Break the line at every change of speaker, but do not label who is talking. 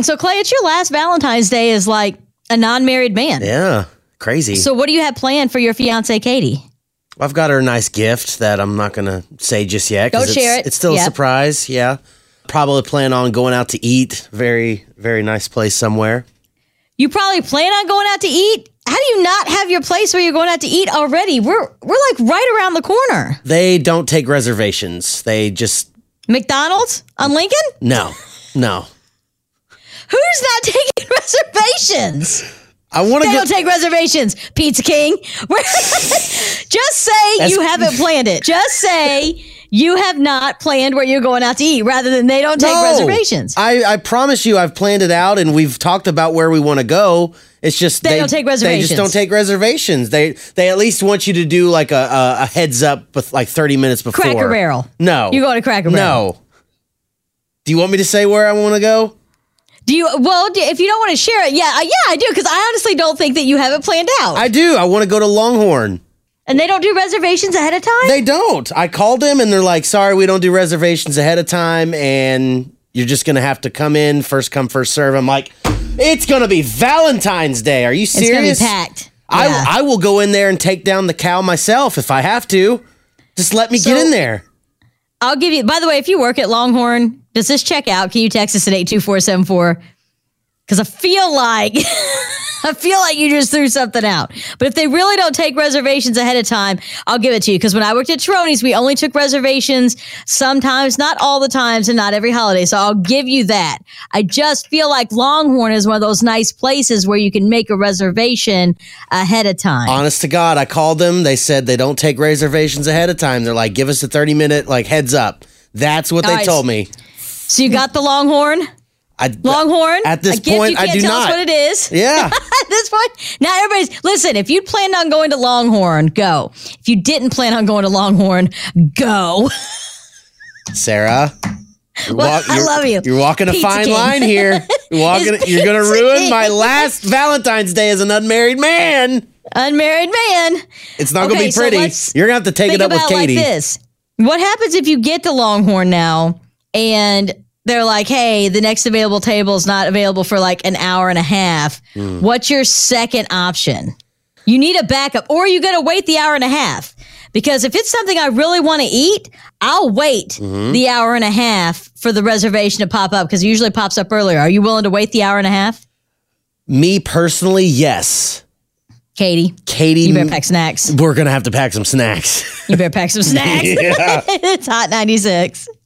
So Clay, it's your last Valentine's Day as like a non-married man.
Yeah, crazy.
So what do you have planned for your fiance Katie?
I've got her a nice gift that I'm not going to say just yet. 'cause
Don't share it.
it's, It's still a
Yeah.
surprise. Yeah. Probably plan on going out to eat. Very, very nice place somewhere.
You probably plan on going out to eat. How do you not have your place where you're going out to eat already? We're we're like right around the corner.
They don't take reservations. They just,
McDonald's on Lincoln?
no, no.
Who's not taking reservations?
I want to
They
go.
don't take reservations, Pizza King. Just say
That's-
you haven't planned it. Just say you have not planned where you're going out to eat rather than they don't take
No.
reservations.
Oh! I, I promise you, I've planned it out and we've talked about where we want to go. It's just
They don't take
They just
reservations.
don't take reservations. They they at least want you to do like a, a, a heads up with like thirty minutes before.
Cracker Barrel.
No,
You go to Cracker Barrel.
No. Do you want me to say where I want to go?
Do you? Well, do- if you don't want to share it, yeah, I- yeah, I do because I honestly don't think that you have it planned out,
I do. I want to go to Longhorn.
and they don't do reservations ahead of time.
They don't. I called them and they're like, "Sorry, we don't do reservations ahead of time, and you're just gonna have to come in first come first serve." I'm like, "It's gonna be Valentine's Day. Are you
it's
serious?"
gonna be packed. Yeah.
I, I will go in there and take down the cow myself if I have to. Just let me
So-
get in there.
I'll give you. By the way, if you work at Longhorn, does this check out? Can you text us at eight two four seven four? Because I feel like I feel like you just threw something out. But if they really don't take reservations ahead of time, I'll give it to you. Because when I worked at Troni's, we only took reservations sometimes, not all the times, and not every holiday. So I'll give you that. I just feel like Longhorn is one of those nice places where you can make a reservation ahead of time.
Honest to God, I called them. They said they don't take reservations ahead of time. They're like, give us a 30 minute like heads up. That's what they
All right.
told me.
so you got the Longhorn.
I,
Longhorn.
At this
a gift
point,
you
I
can't
do
tell
not.
us what it is.
yeah.
at this point. Now everybody's listen. If you planned on going to Longhorn, go. If you didn't plan on going to Longhorn, go.
Sarah. you're
Well, I
you're-
love you.
You're walking a
Pizza
fine
King.
line here. You're walking.
It's
you're gonna
Pizza
ruin
King.
my last Valentine's Day as an unmarried man.
Unmarried man.
It's not gonna
Okay,
be
so
pretty.
let's
you're gonna have to take
Think
it up with
about it like
Katie.
this. What happens if you get to Longhorn now and they're like, hey, the next available table is not available for like an hour and a half. What's your second option? You need a backup, or you got to wait the hour and a half. Because if it's something I really want to eat, I'll wait the hour and a half for the reservation to pop up because it usually pops up earlier. Are you willing to wait the hour and a half?
Me personally, yes.
Katie,
Katie,
you better pack snacks.
we're gonna have to pack some snacks.
You better pack some snacks. it's hot 96.